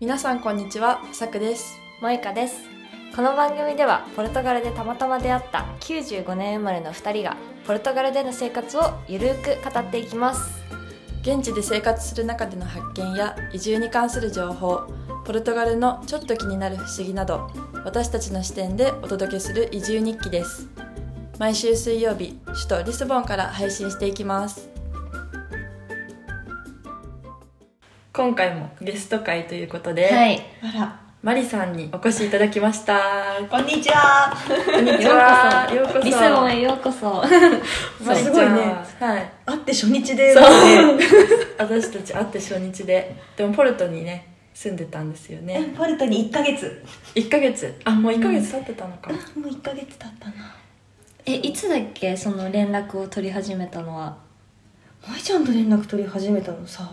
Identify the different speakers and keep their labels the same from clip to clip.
Speaker 1: 皆さんこんにちは、さくです。
Speaker 2: 萌香ですこの番組ではポルトガルでたまたま出会った95年生まれの2人がポルトガルでの生活をゆるーく語っていきます
Speaker 1: 現地で生活する中での発見や移住に関する情報、ポルトガルのちょっと気になる不思議など、私たちの視点でお届けする移住日記です。毎週水曜日、首都リスボンから配信していきます。今回もゲスト会ということで、
Speaker 2: はい
Speaker 3: あら、
Speaker 1: マリさんにお越しいただきました。
Speaker 3: こんにちは。
Speaker 1: こんにちは。ようこそ。
Speaker 2: リスボンへようこそ
Speaker 1: マリちゃん
Speaker 3: すごいね
Speaker 1: はい。
Speaker 3: 会って初日で、
Speaker 1: そう私たち会って初日ででもポルトにね住んでたんですよ
Speaker 3: え
Speaker 1: ね
Speaker 3: ポルトに1ヶ月。
Speaker 1: 1ヶ月あもう1ヶ月経ってたのか、
Speaker 3: もう1ヶ月経ったな。
Speaker 2: えいつだっけその連絡を取り始めたのは
Speaker 3: 舞ちゃんと連絡取り始めたのさ。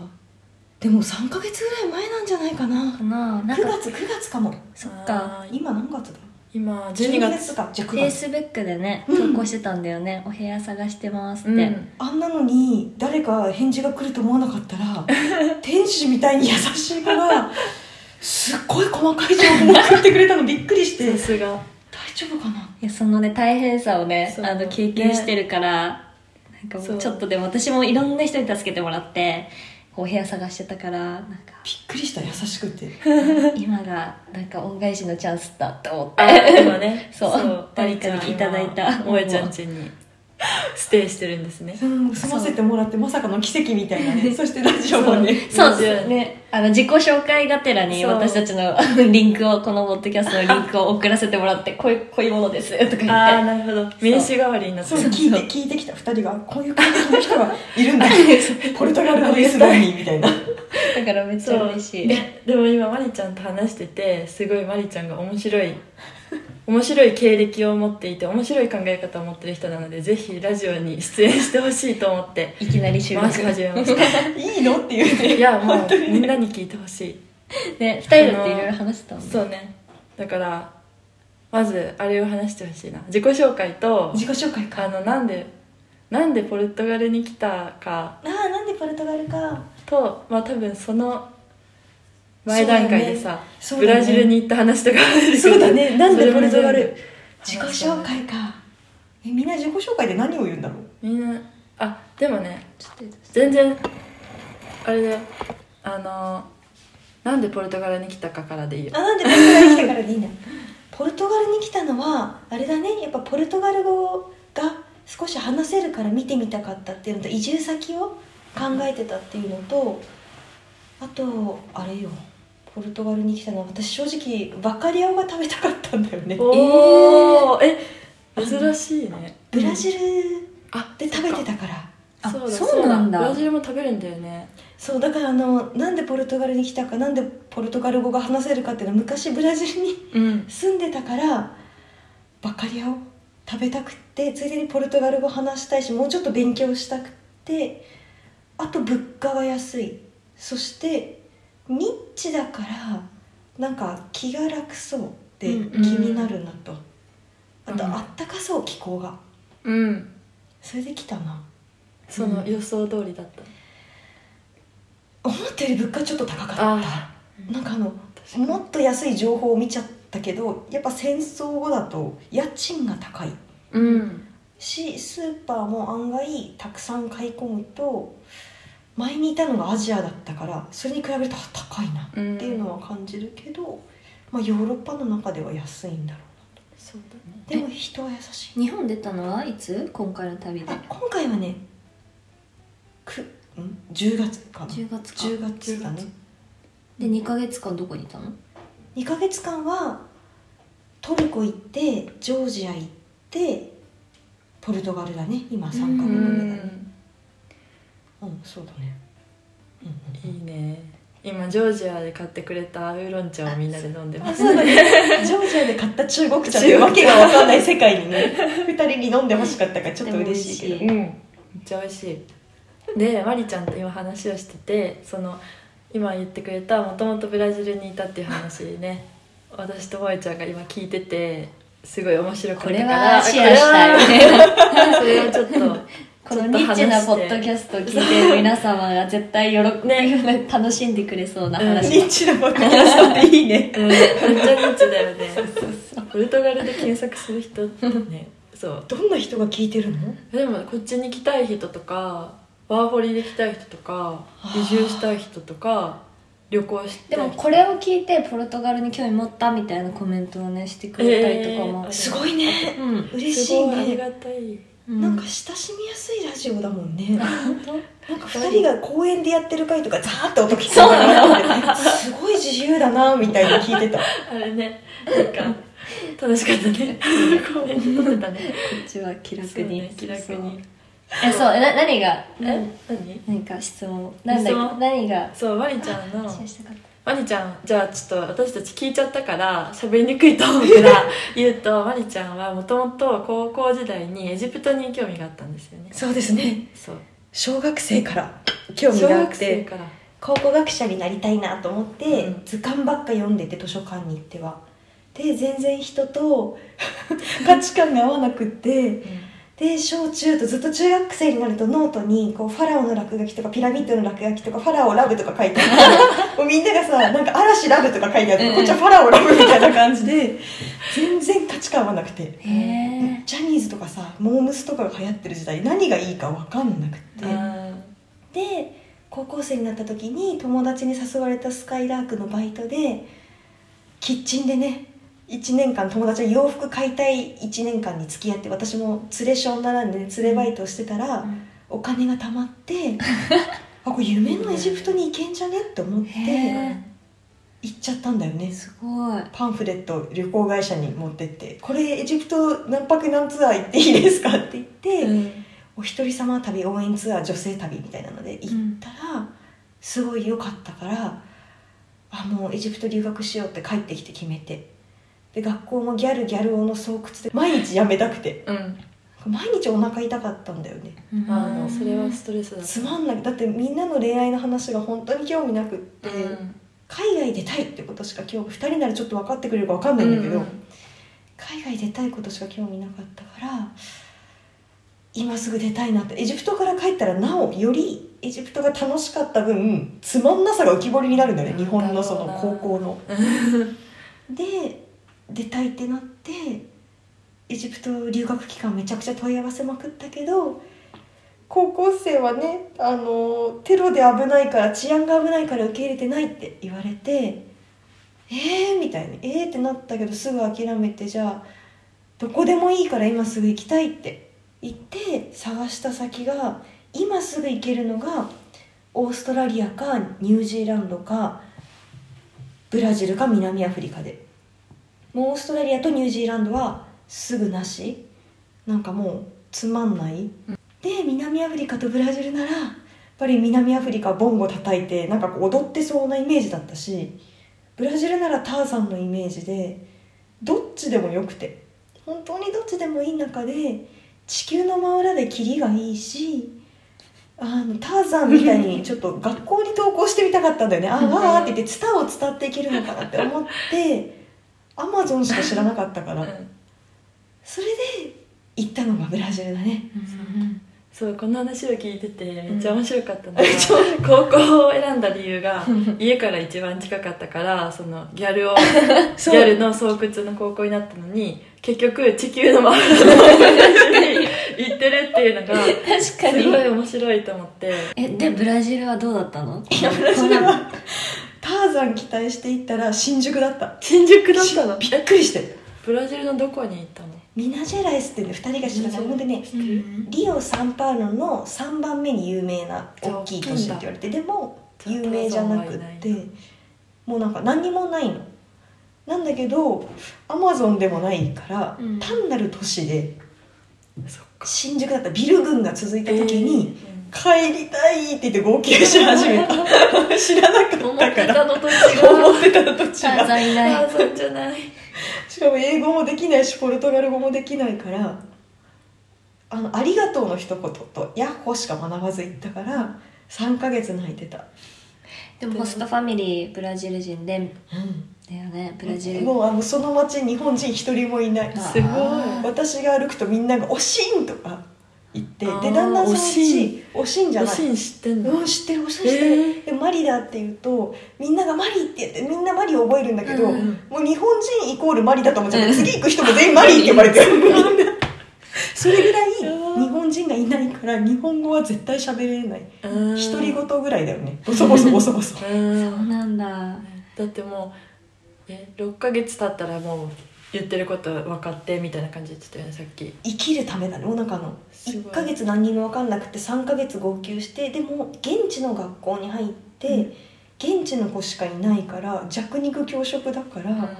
Speaker 3: でも3ヶ月ぐらい前なんじゃないかな
Speaker 2: か。ななん
Speaker 3: 9
Speaker 2: か
Speaker 3: 月、9月かも。
Speaker 2: そっか
Speaker 1: あー
Speaker 3: 今何月だ
Speaker 1: 今12月
Speaker 3: か。じゃあ
Speaker 2: フ
Speaker 3: 9
Speaker 2: ェイ
Speaker 3: 月。
Speaker 2: スブックでね
Speaker 3: う
Speaker 2: 投
Speaker 3: ん
Speaker 2: 稿してたんだよね、お部屋探してます
Speaker 1: う
Speaker 2: っ
Speaker 1: ん
Speaker 2: て、
Speaker 3: あんなのに誰か返事が来ると思わなかったら天使みたいに優しい子がすっごい細かい情報を送ってくれたのびっくりして
Speaker 1: さすが
Speaker 3: 大丈夫かない
Speaker 2: やそのね大変さをね
Speaker 1: そう
Speaker 2: あの経験してるから、なんか
Speaker 1: そ
Speaker 2: も
Speaker 1: う
Speaker 2: うちょっとでも私もいろんな人に助けてもらってこうお部屋探してたからなんか
Speaker 3: びっくりした優しくて
Speaker 2: 今がなんか恩返しのチャンスだって思っ
Speaker 1: あ
Speaker 2: て
Speaker 1: 今ね
Speaker 2: そう誰かに
Speaker 1: マリちゃん
Speaker 2: いただいた
Speaker 1: 今萌えちゃん家にステイしてるんですね
Speaker 3: うん済ませてもらってまさかの奇跡みたいなねそしてラジオもね
Speaker 2: そう
Speaker 1: 20
Speaker 2: ですねあの自己紹介がてらに
Speaker 1: そう
Speaker 2: 私たちのあ のリンクをこのポッドキャストのリンクを送らせてもらってこういうこういうものですとか言
Speaker 1: ああ
Speaker 2: っ
Speaker 1: なるほど名刺代わりになって
Speaker 3: そ
Speaker 1: る
Speaker 3: う
Speaker 2: う
Speaker 3: 聞いて聞いてきた2人がこういう感じの人がい るんだポルトガルのリスボンにみたいな
Speaker 2: てだからめっちゃ嬉しい
Speaker 1: ででも今マリちゃんと話しててすごいマリちゃんが面白 い面白い経歴を持っていて面白い考え方を持ってる人なのでぜひラジオに出演してほしいと思って
Speaker 2: いきなり収録
Speaker 1: 回し始めま した
Speaker 3: いいのっていうね
Speaker 1: いやもうみんなに聞いてほしい
Speaker 2: ね二人だっていろいろ話してたもんね
Speaker 1: そうねだからまずあれを話してほしいな自己紹介と
Speaker 3: 自己紹介か
Speaker 1: あ
Speaker 3: あ
Speaker 1: のなんでなんでポルトガルに来たか
Speaker 3: あなんでポルトガルか
Speaker 1: とまあ多分その前段階でさ、
Speaker 3: そう
Speaker 1: ブ
Speaker 3: だね
Speaker 1: ラジルに行った話とかある
Speaker 3: そうだねなんでポルトガル
Speaker 1: そ
Speaker 3: 自己
Speaker 1: れもね
Speaker 3: 紹介かえみんな自己紹介で何を言うんだろう
Speaker 1: みんなあでもね
Speaker 2: ちょっと
Speaker 1: 全然あれだよあのなんでポルトガルに来たかからでいいよ
Speaker 3: あなんでポルトガルに来たからでいいんだポルトガルに来たのはあれだねやっぱポルトガル語が少し話せるから見てみたかったっていうのと移住先を考えてたっていうのとあとあれよポルトガルに来たのは私正直バカリアオが食べたかったんだよね
Speaker 1: おおえ珍しいね
Speaker 3: ブラジル
Speaker 1: あ
Speaker 3: で食べてたから
Speaker 2: あ
Speaker 1: そうだ
Speaker 2: そうなんだ
Speaker 1: ブラジルも食べるんだよね
Speaker 3: そうだからあのなんでポルトガルに来たかなんでポルトガル語が話せるかっていうのは昔ブラジルに
Speaker 1: うん
Speaker 3: 住んでたからバカリアを食べたくってついでにポルトガル語話したいしもうちょっと勉強したくってあと物価が安いそしてニッチだからなんか気が楽そうって気
Speaker 2: うん
Speaker 3: になるなと、あと
Speaker 1: うん
Speaker 3: あったかそう気候が
Speaker 1: うん
Speaker 3: それで来たな
Speaker 1: その予想通りだった、
Speaker 3: 思ったより物価ちょっと高かった
Speaker 1: あ
Speaker 3: なんかあの
Speaker 1: 確かに
Speaker 3: もっと安い情報を見ちゃったけどやっぱ戦争後だと家賃が高い
Speaker 1: うん
Speaker 3: しスーパーも案外たくさん買い込むと前にいたのがアジアだったからそれに比べるとあ高いなっ
Speaker 1: うん
Speaker 3: ていうのは感じるけど、まあ、ヨーロッパの中では安いんだろ
Speaker 1: そうだね
Speaker 3: うでも人は優しい
Speaker 2: 日本出たのはいつ今回の旅で
Speaker 3: あ今回はねくん10月かな
Speaker 2: 10月か
Speaker 3: 10月だね
Speaker 2: で2ヶ月間どこにいたの
Speaker 3: 2ヶ月間はトルコ行ってジョージア行ってポルトガルだね今3カ
Speaker 1: う
Speaker 3: 国目だね
Speaker 1: ん
Speaker 3: うん、そうだねうんうんうん
Speaker 1: いいね今ジョージアで買ってくれたウーロン茶をみんなで飲んでま
Speaker 3: あ
Speaker 1: す
Speaker 3: そうだねジョージアで買った中国茶ってわけがわかんない世界に ね2人に飲んでほしかったからちょっと嬉しいけ
Speaker 2: でも
Speaker 3: ど
Speaker 1: う んめっちゃ美味しいでマリちゃんと今話をしててその今言ってくれたもともとブラジルにいたっていう話ね 私と萌えちゃんが今聞いててすごい面白かったから
Speaker 2: これはシェアしたい
Speaker 1: これはそれをちょっと
Speaker 3: このニッチなポッドキャストを聞いてる皆様が絶対よろ、ね、楽しんでくれそうな話
Speaker 1: ニッ
Speaker 3: チなポッドキャストっていいね
Speaker 1: うん、めっちゃニッチだよねポルトガルで検索する人ねそう
Speaker 3: どんな人が聞いてるの
Speaker 1: でもこっちに来たい人とかワーホリで来たい人とか移住したい人とか旅行した
Speaker 2: で
Speaker 1: い人
Speaker 2: もこれを聞いてポルトガルに興味持ったみたいなコメントをねしてくれたりとかもある、
Speaker 1: えー
Speaker 3: すごいね
Speaker 2: うん
Speaker 3: 嬉し
Speaker 1: す
Speaker 3: い
Speaker 1: ごいあり
Speaker 3: ね
Speaker 1: がたい
Speaker 2: うん
Speaker 3: なんか親しみやすいラジオだもんね
Speaker 2: 本
Speaker 3: なんか2人が公園でやってる回とかザーって音聞こえたらすごい自由だなみたいに聞いてた
Speaker 1: あれねなんか楽しかったねごめん撮ってたね
Speaker 2: 当こっちは気楽
Speaker 1: そう
Speaker 2: に、
Speaker 1: ね気楽
Speaker 2: そう
Speaker 1: に
Speaker 2: えそうえな何が
Speaker 1: え何
Speaker 2: 何か質問なんだ
Speaker 1: 質問
Speaker 2: 何が
Speaker 1: そうワニちゃんの
Speaker 2: シェアしたかっ
Speaker 1: ワニちゃんじゃあちょっと私たち聞いちゃったから喋りにくいと思うから言うとワニちゃんはもともと高校時代にエジプトに興味があったんですよね
Speaker 3: そうですね
Speaker 1: そう
Speaker 3: 小学生から興味
Speaker 1: 小
Speaker 3: があっ
Speaker 1: 学生
Speaker 3: て
Speaker 1: から
Speaker 3: 考古学者になりたいなと思って、
Speaker 1: うん
Speaker 3: 図鑑ばっか読んでて図書館に行ってはで全然人 と価値観が合わなくってで小中とずっと中学生になるとノートにこうファラオの落書きとかピラミッドの落書きとかファラオラブとか書いてあ ってもうみんながさなんか嵐ラブとか書いてあって、
Speaker 2: うん
Speaker 3: こっちはファラオラブみたいな感じで全然価値観合わなくて
Speaker 2: たへ
Speaker 3: ジャニーズとかさモームスとかが流行ってる時代何がいいか分かんなくて。
Speaker 1: あ
Speaker 3: で高校生になった時に友達に誘われたスカイラークのバイトでキッチンでね1年間友達に洋服買いたい1年間に付き合って私も連れ性ならんで、ね、連れバイトをしてたら、
Speaker 2: うん
Speaker 3: お金が貯まって あこれ夢のエジプトに行けんじゃねって思っ
Speaker 2: へ
Speaker 3: て
Speaker 2: ー
Speaker 3: 行っちゃったんだよね
Speaker 2: えすごい
Speaker 3: パンフレット旅行会社に持ってって「これエジプト何泊何ツアー行っていいですか?」って言って。
Speaker 1: うん
Speaker 3: お一人様旅応援ツアー女性旅みたいなので行ったら、すごい良かったからあもうエジプト留学しようって帰ってきて決めてで学校もギャルギャル男の巣窟で毎日やめたくて
Speaker 1: うん
Speaker 3: 毎日お腹痛かったんだよね
Speaker 1: あーそれはストレスだ
Speaker 3: つまんないだってみんなの恋愛の話が本当に興味なくって、
Speaker 1: うん
Speaker 3: 海外出たいってことしか興味2人ならちょっと分かってくれるか分かんないんだけど、
Speaker 1: うんうん
Speaker 3: 海外出たいことしか興味なかったから今すぐ出たいなってエジプトから帰ったらなおよりエジプトが楽しかった分つまんなさが浮き彫りになるんだよね日本のその高校 の。で出たいってなってエジプト留学期間めちゃくちゃ問い合わせまくったけど高校生はねあのテロで危ないから治安が危ないから受け入れてないって言われてえーみたいにえーってなったけどすぐ諦めてじゃあどこでもいいから今すぐ行きたいって言って探した先が今すぐ行けるのがオーストラリアかニュージーランドかブラジルか南アフリカでもうオーストラリアとニュージーランドはすぐなしなんかもうつまんない、で南アフリカとブラジルならやっぱり南アフリカはボンゴ叩いてなんかこう踊ってそうなイメージだったしブラジルならターザンのイメージでどっちでもよくて本当にどっちでもいい中で地球の真裏でキリがいいしあのターザンみたいにちょっと学校に登校してみたかったんだよねあーあーって言ってツタを伝っていけるのかなって思ってアマゾンしか知らなかったからそれで行ったのがブラジルだね
Speaker 1: そうこの話を聞いててめっちゃ面白かったのが、高校を選んだ理由が家から一番近かったからそのギャル をギャルの巣窟の高校になったのに結局地球の真ん中に行ってるっていうのがす
Speaker 2: 確か
Speaker 1: ご
Speaker 2: に
Speaker 1: い面白いと思って
Speaker 2: えでブラジルはどうだったのいやブ
Speaker 3: ブラジルはターザン期待して行ったら新宿だった
Speaker 1: 新宿だったの
Speaker 3: びっくりして
Speaker 1: ブラジルのどこに行ったの
Speaker 3: ミナジェライスってね2人が知らないほんでね リオ・サンパウロの3番目に有名な大きい都市って言われてでも有名じゃなくってもうなんか何にもないのなんだけどアマゾンでもないから、
Speaker 2: うん
Speaker 3: 単なる都市で
Speaker 1: そっか
Speaker 3: 新宿だったらビル群が続いた時に、、
Speaker 1: え
Speaker 3: 帰りたいって言って号泣し始めた知らな
Speaker 1: ーうん、
Speaker 3: かっ
Speaker 1: 思った
Speaker 3: か
Speaker 1: て
Speaker 3: ら
Speaker 1: たのと違う
Speaker 3: 思ってたのと違う
Speaker 2: 散々いない
Speaker 1: あそうじゃない
Speaker 3: しかも英語もできないしポルトガル語もできないから「あのありがとう」の一言と「ヤッホー」しか学ばず行ったから3ヶ月泣いてた、
Speaker 2: でもホストファミリーブラジル人でだよねブラジル
Speaker 3: もうあのその町日本人一人もいない
Speaker 2: あー
Speaker 1: すごい
Speaker 3: 私が歩くとみんなが「おしん!」とか行って
Speaker 1: あ
Speaker 3: で
Speaker 1: ー
Speaker 3: だんだんそのう
Speaker 1: おし
Speaker 3: ちおしんじゃ
Speaker 1: お
Speaker 3: ない
Speaker 1: しん知ってんの
Speaker 3: うん知ってるおしん知ってる、
Speaker 1: え
Speaker 3: でマリだって言うとみんながマリって言ってみんなマリを覚えるんだけど、
Speaker 2: うん
Speaker 3: もう日本人イコールマリだと思っちゃって、
Speaker 1: うん
Speaker 3: 次行く人も全員マリって呼ばれ てるみんなそれぐらい
Speaker 1: うん
Speaker 3: 日本人がいないから日本語は絶対喋れない
Speaker 1: ー
Speaker 3: 独り言ぐらいだよねボソボソボソボソ
Speaker 1: うん
Speaker 2: そうなんだ
Speaker 1: だってもうえ6ヶ月経ったらもう言ってること分かってみたいな感じで言ってたよねさっき
Speaker 3: 生きるためだねもうなんかあの
Speaker 1: すごい
Speaker 3: 1ヶ月何にも分かんなくて3ヶ月号泣してでも現地の学校に入って、現地の子しかいないから弱肉強食だから、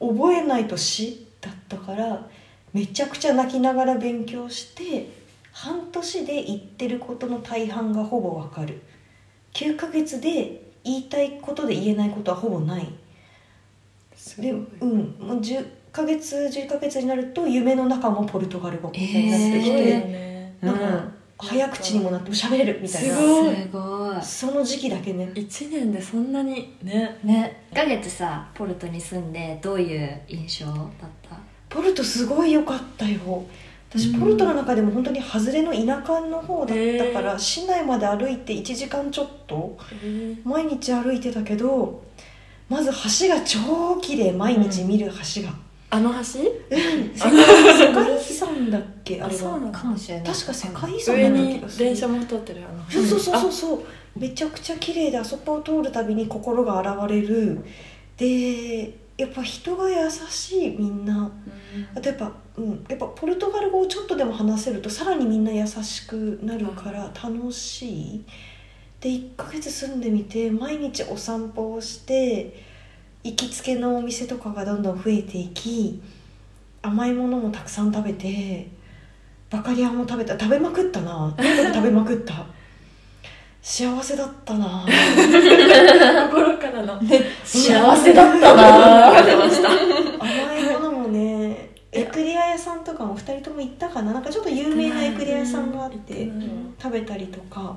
Speaker 3: 覚えないと死だったからめちゃくちゃ泣きながら勉強して半年で言ってることの大半がほぼわかる9ヶ月で言いたいことで言えないことはほぼない
Speaker 1: すごい
Speaker 3: でうんもう10ヶ月11ヶ月になると夢の中もポルトガル語みたいになってき
Speaker 1: すごいよ
Speaker 3: て、
Speaker 1: ね
Speaker 2: えー
Speaker 3: なんか早口にもなっても喋れるみたいな
Speaker 1: すごい
Speaker 2: すごい
Speaker 3: その時期だけね
Speaker 1: 1年でそんなにね
Speaker 2: ね1ヶ月さポルトに住んでどういう印象だった
Speaker 3: ポルトすごい良かったよ私
Speaker 2: うん
Speaker 3: ポルトの中でも本当に外れの田舎の方だったから、
Speaker 1: へー
Speaker 3: 市内まで歩いて1時間ちょっと毎日歩いてたけどまず橋が超綺麗毎日見る橋が、
Speaker 1: あの橋
Speaker 3: 世界世界遺産だっけあれ
Speaker 1: そうな
Speaker 3: は
Speaker 1: の
Speaker 2: かもしれない
Speaker 3: 確か世界遺産
Speaker 1: 上
Speaker 3: なの
Speaker 1: に電車も通ってるあの
Speaker 3: そうそうそうそううそうめちゃくちゃ綺麗であそこを通るたびに心が現れるでやっぱ人が優しいみんなあとやっぱ、うん、やっぱポルトガル語をちょっとでも話せるとさらにみんな優しくなるから楽しいで1ヶ月住んでみて毎日お散歩をして行きつけのお店とかがどんどん増えていき甘いものもたくさん食べてバカリアも食べた食べまくったなとにかく食べまくった幸せだったな
Speaker 1: 心からの
Speaker 3: 幸せだっ た
Speaker 1: なーってました
Speaker 3: 甘いものもねエクレア屋さんとかも2人とも行ったかななんかちょっと有名なエクレア屋さんがあって食べたりとか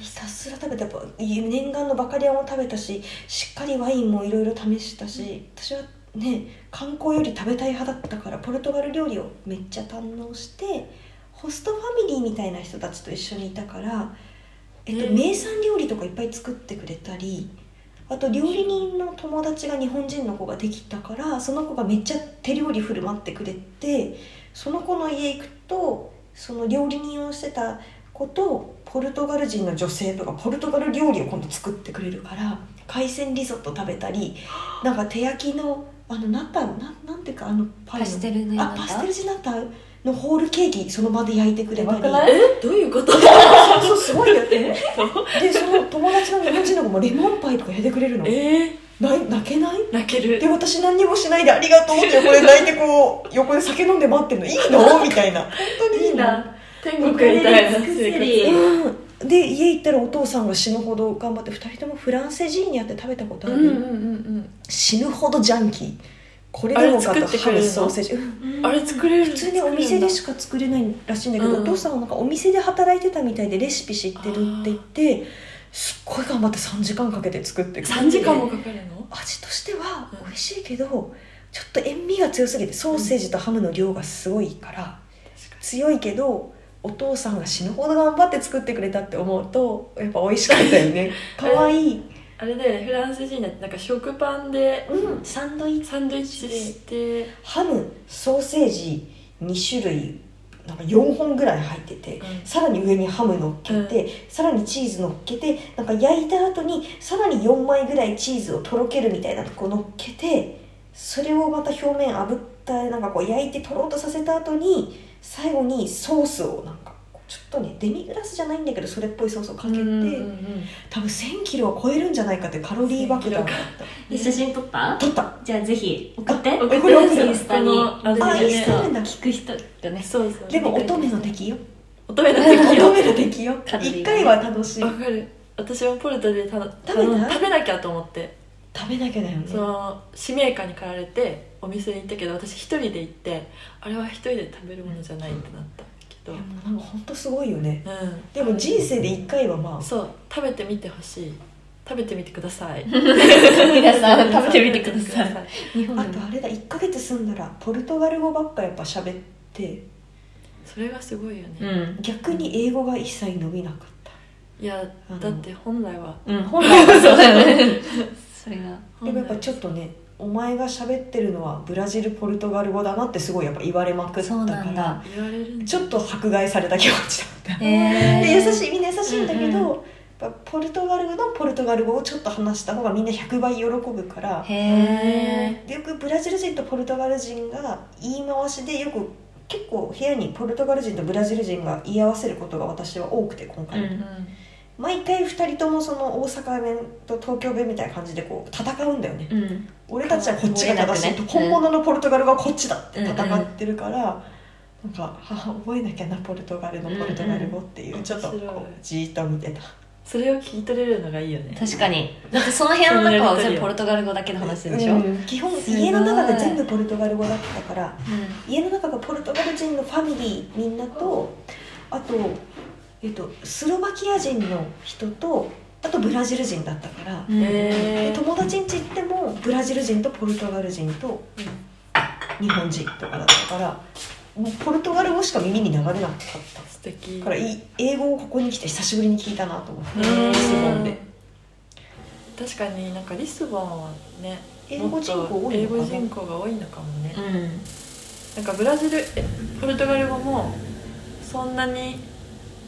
Speaker 3: ひたすら食べたやっぱ念願のバカリアも食べたししっかりワインもいろいろ試したし私はね観光より食べたい派だったからポルトガル料理をめっちゃ堪能してホストファミリーみたいな人たちと一緒にいたから、えっと、
Speaker 1: うん
Speaker 3: 名産料理とかいっぱい作ってくれたりあと料理人の友達が日本人の子ができたからその子がめっちゃ手料理振る舞ってくれてその子の家行くとその料理人をしてた子とポルトガル人の女性とかポルトガル料理を今度作ってくれるから海鮮リゾット食べたりなんか手焼きのあのナタなんなんていうかあのパイ
Speaker 2: パ
Speaker 3: の
Speaker 2: ステルの
Speaker 3: あパステルジナタのホールケーキその場で焼いてくれたり
Speaker 1: えどういうこと
Speaker 3: そうそうすごいよねでその友達の日本人の子もレモンパイとか焼いてくれるの
Speaker 1: えー
Speaker 3: な泣けない
Speaker 1: 泣ける
Speaker 3: で私何にもしないでありがとうってこれ泣いてこう横で酒飲んで待ってるのいいのみたいな本当にいいな
Speaker 1: 天国みたいな生活
Speaker 3: うんで家行ったらお父さんが死ぬほど頑張って2人ともフランセジーニやって食べたことあ
Speaker 1: うん
Speaker 3: る、
Speaker 1: うんうん
Speaker 3: 死ぬほどジャンキーこれでもか
Speaker 1: あれ作
Speaker 3: と
Speaker 1: ってく
Speaker 3: ハ
Speaker 1: れる
Speaker 3: ム
Speaker 1: の
Speaker 3: ソーセージうん
Speaker 1: うんあれ作れる
Speaker 3: 普通にお店で
Speaker 1: し
Speaker 3: しか作れないらしいんだけど、
Speaker 1: うん
Speaker 3: お父さんはなんかお店で働いてたみたいでレシピ知ってるって言ってすっごい頑張って3時間かけて作ってくれて
Speaker 1: 3時間もかかるの
Speaker 3: 味としては
Speaker 1: うん
Speaker 3: 美味しいけど、ちょっと塩味が強すぎてソーセージとハムの量がすごいから、強いけどお父さんが死ぬほど頑張って作ってくれたって思うとやっぱ美味しかったよ ね可愛いい、
Speaker 1: あれだよねフランス人だってなんか食パンで
Speaker 3: うん、サンドイッチ
Speaker 1: サンドイッチして、
Speaker 3: ハムソーセージ2種類なんか4本ぐらい入ってて、
Speaker 1: うん
Speaker 3: さらに上にハム乗っけて、さらにチーズ乗っけてなんか焼いた後にさらに4枚ぐらいチーズをとろけるみたいなとこ乗っけてそれをまた表面炙ったなんかこう焼いてとろっとさせた後に最後にソースをなんかこうちょっとねデミグラスじゃないんだけどそれっぽいソースをかけて、
Speaker 1: うんうんうん
Speaker 3: 多分1 0 0 0キロは超えるんじゃないかってカロリー爆弾があった
Speaker 2: で写真撮った
Speaker 3: 取った
Speaker 2: じゃあぜひ送って
Speaker 1: 送って
Speaker 3: これ送る
Speaker 2: インスタに
Speaker 1: このあ
Speaker 3: あ
Speaker 1: れで
Speaker 3: いい
Speaker 1: すね
Speaker 3: 人なんだ
Speaker 2: 聞く人だね
Speaker 1: そうそう
Speaker 3: でも乙女の敵よ
Speaker 1: 乙女の敵
Speaker 3: 求
Speaker 1: よ
Speaker 3: める敵よ
Speaker 2: カロリーが
Speaker 3: 一回は楽しい
Speaker 1: わかる私もポルトでた
Speaker 3: 食べた
Speaker 1: 食べなきゃと思って
Speaker 3: 食べなきゃだよね
Speaker 1: その使命感に駆られてお店に行ったけど私一人で行ってあれは一人で食べるものじゃないってなったけ
Speaker 3: い
Speaker 1: ど
Speaker 3: やもうなんか本当すごいよね
Speaker 1: うん
Speaker 3: でも人生で一回はまあ
Speaker 1: そう食べてみてほしい食べてみてください
Speaker 2: 皆さ ん食べてみてください日本
Speaker 3: あ
Speaker 2: で
Speaker 3: と
Speaker 2: も
Speaker 3: あれだ1ヶ月住んだらポルトガル語ばっかやっぱ喋って
Speaker 1: それがすごいよね、
Speaker 4: うん
Speaker 3: 逆に英語が一切伸びなかった
Speaker 1: いやだって本来は
Speaker 4: うん本来はそうだよね
Speaker 2: それが
Speaker 3: でもやっぱちょっとねお前が喋ってるのはブラジルポルトガル語だなってすごいやっぱ言われまくった
Speaker 2: そう
Speaker 3: か
Speaker 2: なん
Speaker 3: ら
Speaker 2: だ
Speaker 1: 言われるんだ
Speaker 3: ちょっと迫害された気持ちだった、
Speaker 2: え
Speaker 3: で優しいみんな優しいんだけど、
Speaker 4: うんう
Speaker 3: やっぱポルトガル語のポルトガル語をちょっと話した方がみんな100倍喜ぶから
Speaker 2: へえ
Speaker 3: でよくブラジル人とポルトガル人が言い回しでよく結構部屋にポルトガル人とブラジル人が言い合わせることが私は多くて今回、
Speaker 4: うん
Speaker 3: 毎回2人ともその大阪弁と東京弁みたいな感じでこう戦うんだよね
Speaker 4: うん
Speaker 3: 俺たちはこっちが正しいと、
Speaker 4: 覚えなくね
Speaker 3: 本物のポルトガルはこっちだって戦ってるから、なんかあ覚えなきゃなポルトガルのポルトガル語っていう、
Speaker 1: うんうん
Speaker 3: ちょっとこ
Speaker 1: 面白いう
Speaker 3: じーっと見てた
Speaker 1: それを聞き取れるのがいいよね
Speaker 2: 確かにだってその部屋の中は全部ポルトガル語だけの話でしょ、
Speaker 3: うん基本
Speaker 2: すごい
Speaker 3: 家の中が全部ポルトガル語だったから家の中がポルトガル人のファミリーみんなとあと、えっと、スロバキア人の人とあとブラジル人だったから、
Speaker 2: うん
Speaker 1: へ
Speaker 3: で
Speaker 1: え
Speaker 3: 友達ん家行ってもブラジル人とポルトガル人と日本人とかだったからもうポルトガル語しか耳に流れなかった
Speaker 1: 素敵
Speaker 3: だからい英語をここに来て久しぶりに聞いたなと思って
Speaker 1: うん
Speaker 3: リスボンで
Speaker 1: 確かになんかリスボンはね
Speaker 3: 英語人口
Speaker 1: もっ
Speaker 3: 多
Speaker 1: と
Speaker 3: い
Speaker 1: 英
Speaker 3: のか
Speaker 1: 語
Speaker 3: な
Speaker 1: 人口が多いのかもね、
Speaker 4: うん
Speaker 1: なんかブラジルえポルトガル語もそんなに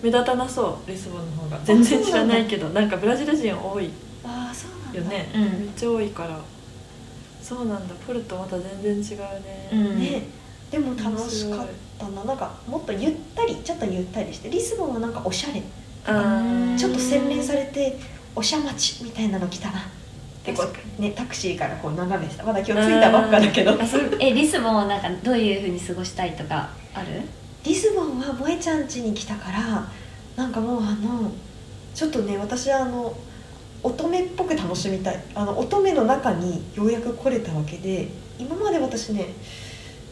Speaker 1: 目立たなそうリスボンの方が全然知らないけどなんかブラジル人多い
Speaker 3: ああそう
Speaker 1: よ
Speaker 3: なんだ、
Speaker 1: ね、
Speaker 4: うん
Speaker 1: めっちゃ多いからそうなんだポルトまた全然違うね、
Speaker 4: うん
Speaker 3: ねでも楽しかったななんかもっとゆったりちょっとゆったりしてリスボンはなんかおしゃれ
Speaker 1: あ
Speaker 3: ちょっと洗練
Speaker 1: れ
Speaker 3: されておしゃまちみたいなの来たなでこ
Speaker 1: 確か
Speaker 3: う、ね、タクシーからこう眺めてたまだ今日着いたばっかだけど
Speaker 2: あそうえリスボンはなんかどういうふうに過ごしたいとかある
Speaker 3: リスボンは萌えちゃん家に来たからなんかもうあのちょっとね私はあの乙女っぽく楽しみたいあの乙女の中にようやく来れたわけで今まで私ね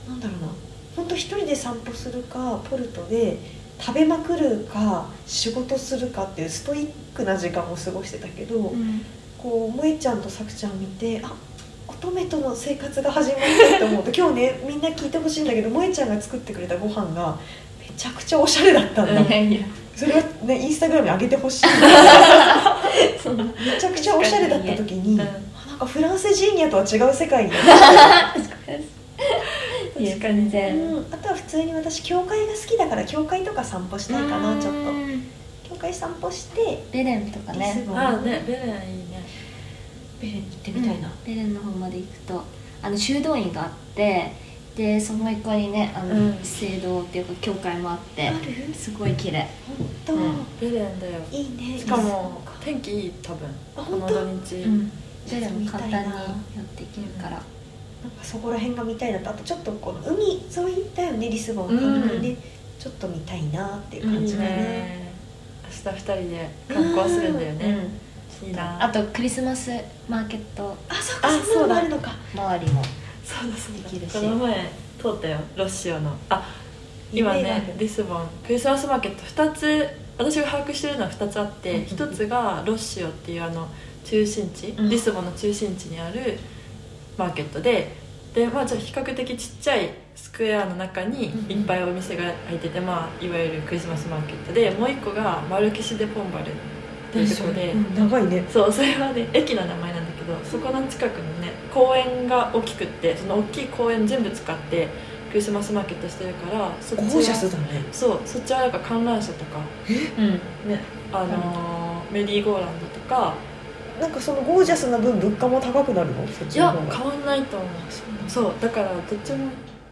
Speaker 3: なんだろうなほんと一人で散歩するかポルトで食べまくるか仕事するかっていうストイックな時間を過ごしてたけど、こう萌えちゃんとさくちゃん見てあ乙女との生活が始まったと思うと今日ねみんな聞いてほしいんだけど萌えちゃんが作ってくれたご飯がめちゃくちゃおしゃれだったんだ、
Speaker 1: うん
Speaker 2: やいや
Speaker 3: それはねインスタグラムに上げてほしい
Speaker 2: そんな
Speaker 3: めちゃくちゃおしゃれだった時に、
Speaker 1: 確かにね
Speaker 3: あなんかフランセジーニアとは違う世界に、
Speaker 1: 確か
Speaker 2: 全
Speaker 1: に
Speaker 2: 然
Speaker 3: うん、あとは普通に私教会が好きだから教会とか散歩したいかなちょっと教会散歩して
Speaker 2: ベレンとか
Speaker 3: リス
Speaker 2: ね
Speaker 3: ボン
Speaker 1: ああねベレンいいね
Speaker 3: ベレンに行ってみたいな、
Speaker 2: ベレンの方まで行くとあの修道院があってでその一個にねあの、
Speaker 1: うん
Speaker 2: 聖堂っていうか教会もあって
Speaker 3: ある
Speaker 2: すごい綺麗
Speaker 3: 本当、
Speaker 4: うん
Speaker 1: ベレンだよ
Speaker 3: いいね
Speaker 1: しか
Speaker 3: リスボ
Speaker 1: も
Speaker 3: ンか
Speaker 1: 天気いい多分
Speaker 3: あ
Speaker 1: この
Speaker 3: 本当
Speaker 1: 土日、
Speaker 2: ベレンも簡単に寄っていけるから、
Speaker 3: なんかそこら辺が見たいなとあとちょっとこの海沿いだよねリスボン
Speaker 1: うん
Speaker 3: からね、ちょっと見たいなっていう感
Speaker 1: いい
Speaker 3: じだね、
Speaker 1: ね明日二人で観光するんだよ
Speaker 4: う
Speaker 1: ね、
Speaker 4: ん
Speaker 1: いいな
Speaker 2: あとクリスマスマーケット
Speaker 3: あそうか
Speaker 1: あ
Speaker 3: そんなのもあるのか
Speaker 2: 周りも
Speaker 1: そうだそ
Speaker 2: でき
Speaker 1: う
Speaker 2: るし
Speaker 1: だこの前通ったよロッシオのあ今
Speaker 3: 夢がある
Speaker 1: ねリスボンクリスマスマーケット2つ私が把握してるのは2つあって1つがロッシオっていうあの中心地、
Speaker 4: うん
Speaker 1: リスボンの中心地にあるマーケットででまあちょっと比較的ちっちゃいスクエアの中に
Speaker 3: うん
Speaker 1: いっぱいお店が開いてて、まあ、いわゆるクリスマスマーケットでもう1個がマルキシ・デ・ポンバルっていうとこで、
Speaker 3: うん長いね
Speaker 1: そうそれはね駅の名前なんだけどそこの近くにね公園が大きくってその大きい公園全部使ってクリスマスマーケットしてるからそっ
Speaker 3: ゴ
Speaker 1: ちは
Speaker 3: ージャスだね
Speaker 1: そうそっちはなんか観覧車とか
Speaker 4: うん
Speaker 1: ねあのーメリーゴーランドとか
Speaker 3: なんかそのゴージャスな分物価も高くなるのそっ
Speaker 1: い
Speaker 3: ちの
Speaker 1: や
Speaker 3: 方が
Speaker 1: 変わんないと思うそうだからどっちも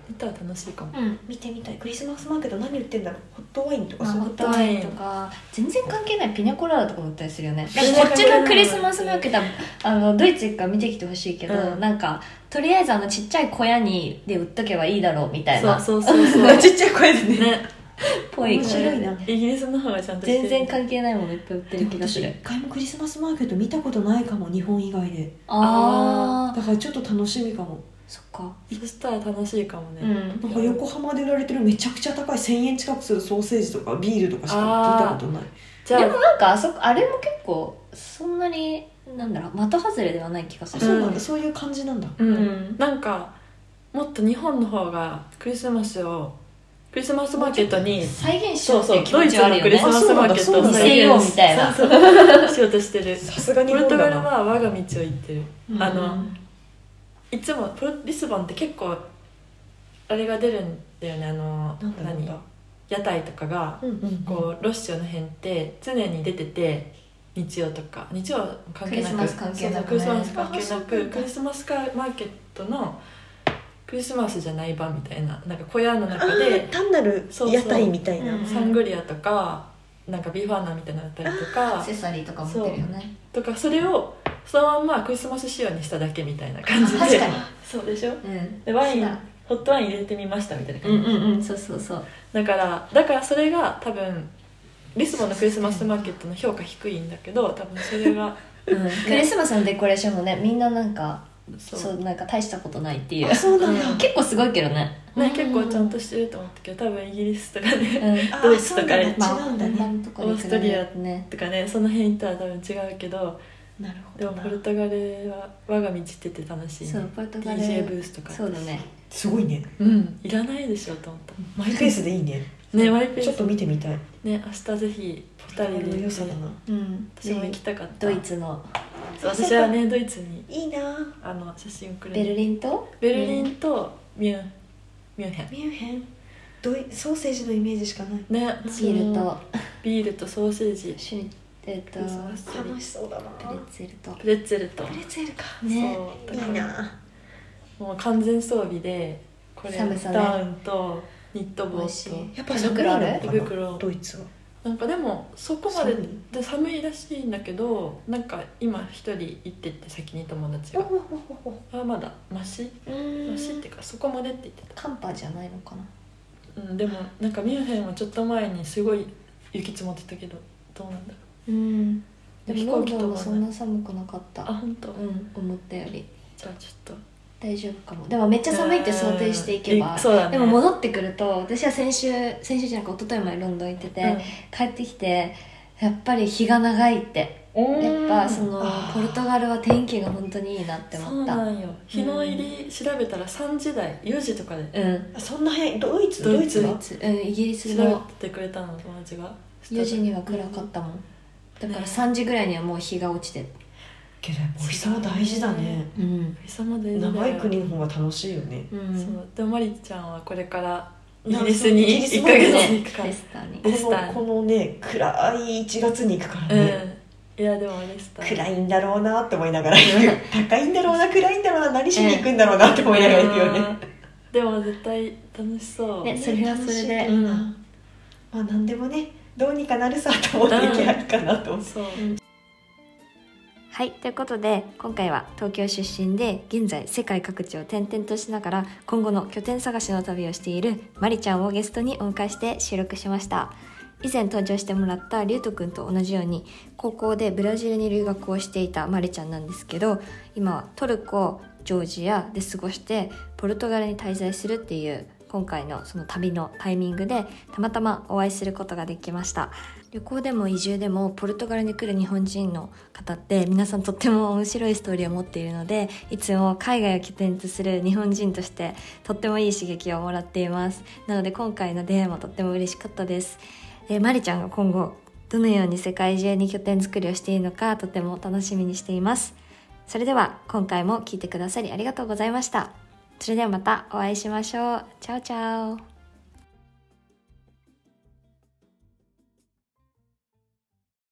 Speaker 1: 見たら楽しいかも
Speaker 2: うん
Speaker 3: 見てみたいクリスマスマーケット何売ってんだろうホットワインとか
Speaker 2: まあ、
Speaker 3: そうい
Speaker 2: ホ
Speaker 3: う
Speaker 2: ッ
Speaker 3: こ
Speaker 2: ト
Speaker 3: と
Speaker 2: ワインとか全然関係ないピニャコラーダとかも売ったりするよね
Speaker 1: 全然関
Speaker 2: こっ
Speaker 1: 係
Speaker 2: ち
Speaker 1: ない
Speaker 2: のクリスマスマーケットはあのドイツ行くから見てきてほしいけど、
Speaker 1: うん
Speaker 2: なんかとりあえずあのちっちゃい小屋にで売っとけばいいだろうみたいな
Speaker 1: そうそうそうそう
Speaker 2: ちっちゃい小屋でね
Speaker 1: ね
Speaker 2: ぽい
Speaker 3: 面白いな
Speaker 1: イギリスの方がちゃんとしてる
Speaker 2: 全然関係ないものいっぱい売ってる気がす
Speaker 3: 私
Speaker 2: る
Speaker 3: 一回もクリスマスマーケット見たことないかも日本以外で
Speaker 2: あ
Speaker 3: だ
Speaker 2: あ
Speaker 3: からちょっと楽しみかも
Speaker 2: そっか
Speaker 1: そしたら楽しいかもね、
Speaker 2: うん
Speaker 3: なんか横浜で売られてるめちゃくちゃ高い1000円近くするソーセージとかビールとかしか聞いたことない
Speaker 1: じゃ
Speaker 2: で
Speaker 1: あ
Speaker 2: もなんかあそこあれも結構そんなになんだろう的外れではない気がす
Speaker 3: あ
Speaker 2: る
Speaker 3: そうなんだ、
Speaker 1: うん
Speaker 3: そういう感じなんだ
Speaker 1: うん
Speaker 2: ん
Speaker 1: なんかもっと日本の方がクリスマスをクリスマスマーケットに
Speaker 2: 再現し
Speaker 1: そ
Speaker 2: よう
Speaker 1: う
Speaker 2: って
Speaker 1: そ
Speaker 2: い
Speaker 1: うう
Speaker 2: 気
Speaker 1: ド
Speaker 2: 持
Speaker 1: イ
Speaker 2: ち
Speaker 1: ツ
Speaker 2: はある
Speaker 1: のク
Speaker 2: よ
Speaker 1: リ
Speaker 2: ね
Speaker 1: スマスマーケットを
Speaker 2: 見せようみたいな
Speaker 1: そうそう しようとしてる
Speaker 3: さすがに
Speaker 1: ポルトガルは我が道を行ってる
Speaker 2: うん
Speaker 1: あのいつもポルリスボンって結構あれが出るんだよねあの
Speaker 3: なんだなんだ
Speaker 1: 屋台とかが
Speaker 3: うんうん
Speaker 1: こうロッションの辺って常に出てて日曜とか日曜関係なく
Speaker 2: クリスマス関係なく
Speaker 1: そ
Speaker 2: ね
Speaker 1: うそうクリスマス関係な
Speaker 3: あそうな
Speaker 1: く
Speaker 3: んだ
Speaker 1: クリスマスカーマーケットのクリスマスじゃない場みたいななんか小屋の中で
Speaker 3: 単なる屋台みたいな
Speaker 2: そうそう
Speaker 1: サングリアとかなんかビーファーナーみたいなの売ったりとか
Speaker 2: セサリーとか持ってるよね
Speaker 1: とかそれをそのまんまクリスマス仕様にしただけみたいな感じで
Speaker 2: あ確かに
Speaker 1: そうでしょ
Speaker 2: うん
Speaker 1: でワイン
Speaker 2: そうだ
Speaker 1: ホットワイン入れてみましたみたいな
Speaker 2: う
Speaker 1: 感じ、
Speaker 2: んうんうんそうそうそう
Speaker 1: だからだからそれが多分リスボンのクリスマスマーケットの評価低いんだけど多分それが
Speaker 2: クリスマスのデコレーションもねみんななんか
Speaker 1: そう
Speaker 2: そうなんか大したことないっていう
Speaker 3: あそうなん
Speaker 1: う
Speaker 3: だ
Speaker 1: ん
Speaker 2: 結構すごいけどね
Speaker 1: ね、結構ちゃんとしてると思ったけど多分イギリスとか
Speaker 2: う
Speaker 1: ね、
Speaker 2: ん
Speaker 3: あ
Speaker 1: ドイツとか
Speaker 3: そうなんだ違うんだね
Speaker 2: 本場のとこに比べるとね
Speaker 1: とかねその辺行ったら多分違うけど
Speaker 3: なるほ
Speaker 1: で
Speaker 3: ど
Speaker 1: も
Speaker 3: な
Speaker 1: ポルトガルは我が道ってて楽しい、ね、
Speaker 2: そうポルトガル
Speaker 1: DJ ブースとか
Speaker 2: そうだね
Speaker 3: すごいね
Speaker 1: うんいらないでしょと思っ
Speaker 3: マイペースでいいね
Speaker 1: たねマイペース
Speaker 3: ちょっと見てみたい
Speaker 1: ね明日ぜひ2人で
Speaker 3: の
Speaker 1: 行
Speaker 3: 良
Speaker 1: って
Speaker 3: さだな
Speaker 2: うん
Speaker 1: 私も行きたかった
Speaker 2: ドイツの
Speaker 1: そう私はねドイツに
Speaker 3: いいな
Speaker 1: あの写真くれ
Speaker 2: ベルリンと
Speaker 1: ベルリンとミュンミュンヘン
Speaker 3: ミュンヘンドイソーセージのイメージしかない
Speaker 1: ね
Speaker 2: チールと
Speaker 1: ビールとソーセージ
Speaker 2: シュえっと
Speaker 1: クリスマスツリー
Speaker 3: 楽しそうだな
Speaker 2: プレッツェルと
Speaker 1: プレッツェルと
Speaker 3: プレッツェルか
Speaker 2: ね
Speaker 1: そう
Speaker 3: い
Speaker 1: だ
Speaker 3: い
Speaker 1: から
Speaker 3: な
Speaker 1: もう完全装備でこれ
Speaker 2: 寒さね
Speaker 1: ダウンとニット帽
Speaker 2: 美
Speaker 1: と
Speaker 2: 味しい
Speaker 3: やっぱ寒いのかな
Speaker 1: 手袋
Speaker 3: ドイツは
Speaker 1: なんかでもそこまで
Speaker 3: 寒い
Speaker 1: で寒いらしいんだけどなんか今一人行ってて先に友達があまだマシマシっていうかそこまでって言って
Speaker 2: カンパじゃないのかな
Speaker 1: た、うん、でもなんかミュンヘンはちょっと前にすごい雪積もってたけどどうなんだろ
Speaker 2: うん
Speaker 1: う
Speaker 2: でもロンドンはそんな寒くなかっ
Speaker 1: あ
Speaker 2: た
Speaker 1: 本当、
Speaker 2: うん思ったより
Speaker 1: じゃあちょっと
Speaker 2: 大丈夫かもでもめっちゃ寒いって想定していけば
Speaker 1: うんそうだね
Speaker 2: でも戻ってくると私は先週先週じゃなく一昨日までロンドン行ってて、
Speaker 1: うん
Speaker 2: 帰ってきてやっぱり日が長いってやっぱその
Speaker 3: あー
Speaker 2: ポルトガルは天気が本当にいいなって
Speaker 1: そ
Speaker 2: 思
Speaker 1: う
Speaker 2: っ
Speaker 1: な
Speaker 2: た
Speaker 1: んよ日の入り調べたら3時台4時とかで
Speaker 2: うん
Speaker 3: あそんな変ドイツ
Speaker 1: ド
Speaker 3: ド
Speaker 1: イ
Speaker 3: イ
Speaker 1: ツ
Speaker 3: ツ
Speaker 2: ド
Speaker 3: が
Speaker 2: イツうんイギリス
Speaker 1: 調
Speaker 2: の
Speaker 1: べてくれたの友達が
Speaker 2: 4時には暗かったもんだから3時ぐらいにはもう日が落ちて
Speaker 3: けどやっぱお日様大事だね
Speaker 2: うん、
Speaker 1: 久々で
Speaker 3: 長い国の方が楽しいよね
Speaker 2: う
Speaker 1: そ
Speaker 2: ん、
Speaker 1: うでもマリちゃんはこれからイ
Speaker 3: な
Speaker 1: ギリスに
Speaker 3: そうイギリ
Speaker 1: 1
Speaker 3: スも
Speaker 1: ヶ月
Speaker 3: ね
Speaker 2: ね
Speaker 1: に行くから
Speaker 2: レスターに
Speaker 3: こ
Speaker 1: レスター
Speaker 3: のこのね暗い1月に行くからね、
Speaker 1: うんいやでもレスター
Speaker 3: 暗いんだろうなって思いながら行く高いんだろうな暗いんだろうな何しに行くんだろうなって思いながら行くよね、
Speaker 1: うんでも絶対楽しそう、
Speaker 2: ねそれはそれで
Speaker 1: うん
Speaker 3: まあ何でもねどうにかなるさと思っていけばいいかなと思って、
Speaker 1: そう
Speaker 4: はいということで今回は東京出身で現在世界各地を転々としながら今後の拠点探しの旅をしているまりちゃんをゲストにお迎えして収録しました以前登場してもらったりゅうとくんと同じように高校でブラジルに留学をしていたまりちゃんなんですけど今はトルコジョージアで過ごしてポルトガルに滞在するっていう今回のその旅のタイミングでたまたまお会いすることができました旅行でも移住でもポルトガルに来る日本人の方って皆さんとっても面白いストーリーを持っているのでいつも海外を拠点とする日本人としてとってもいい刺激をもらっていますなので今回の出会いもとっても嬉しかったです、えー、まりちゃんが今後どのように世界中に拠点作りをしているのかとても楽しみにしていますそれでは今回も聞いてくださりありがとうございましたそれではまたお会いしましょうチャオチャオ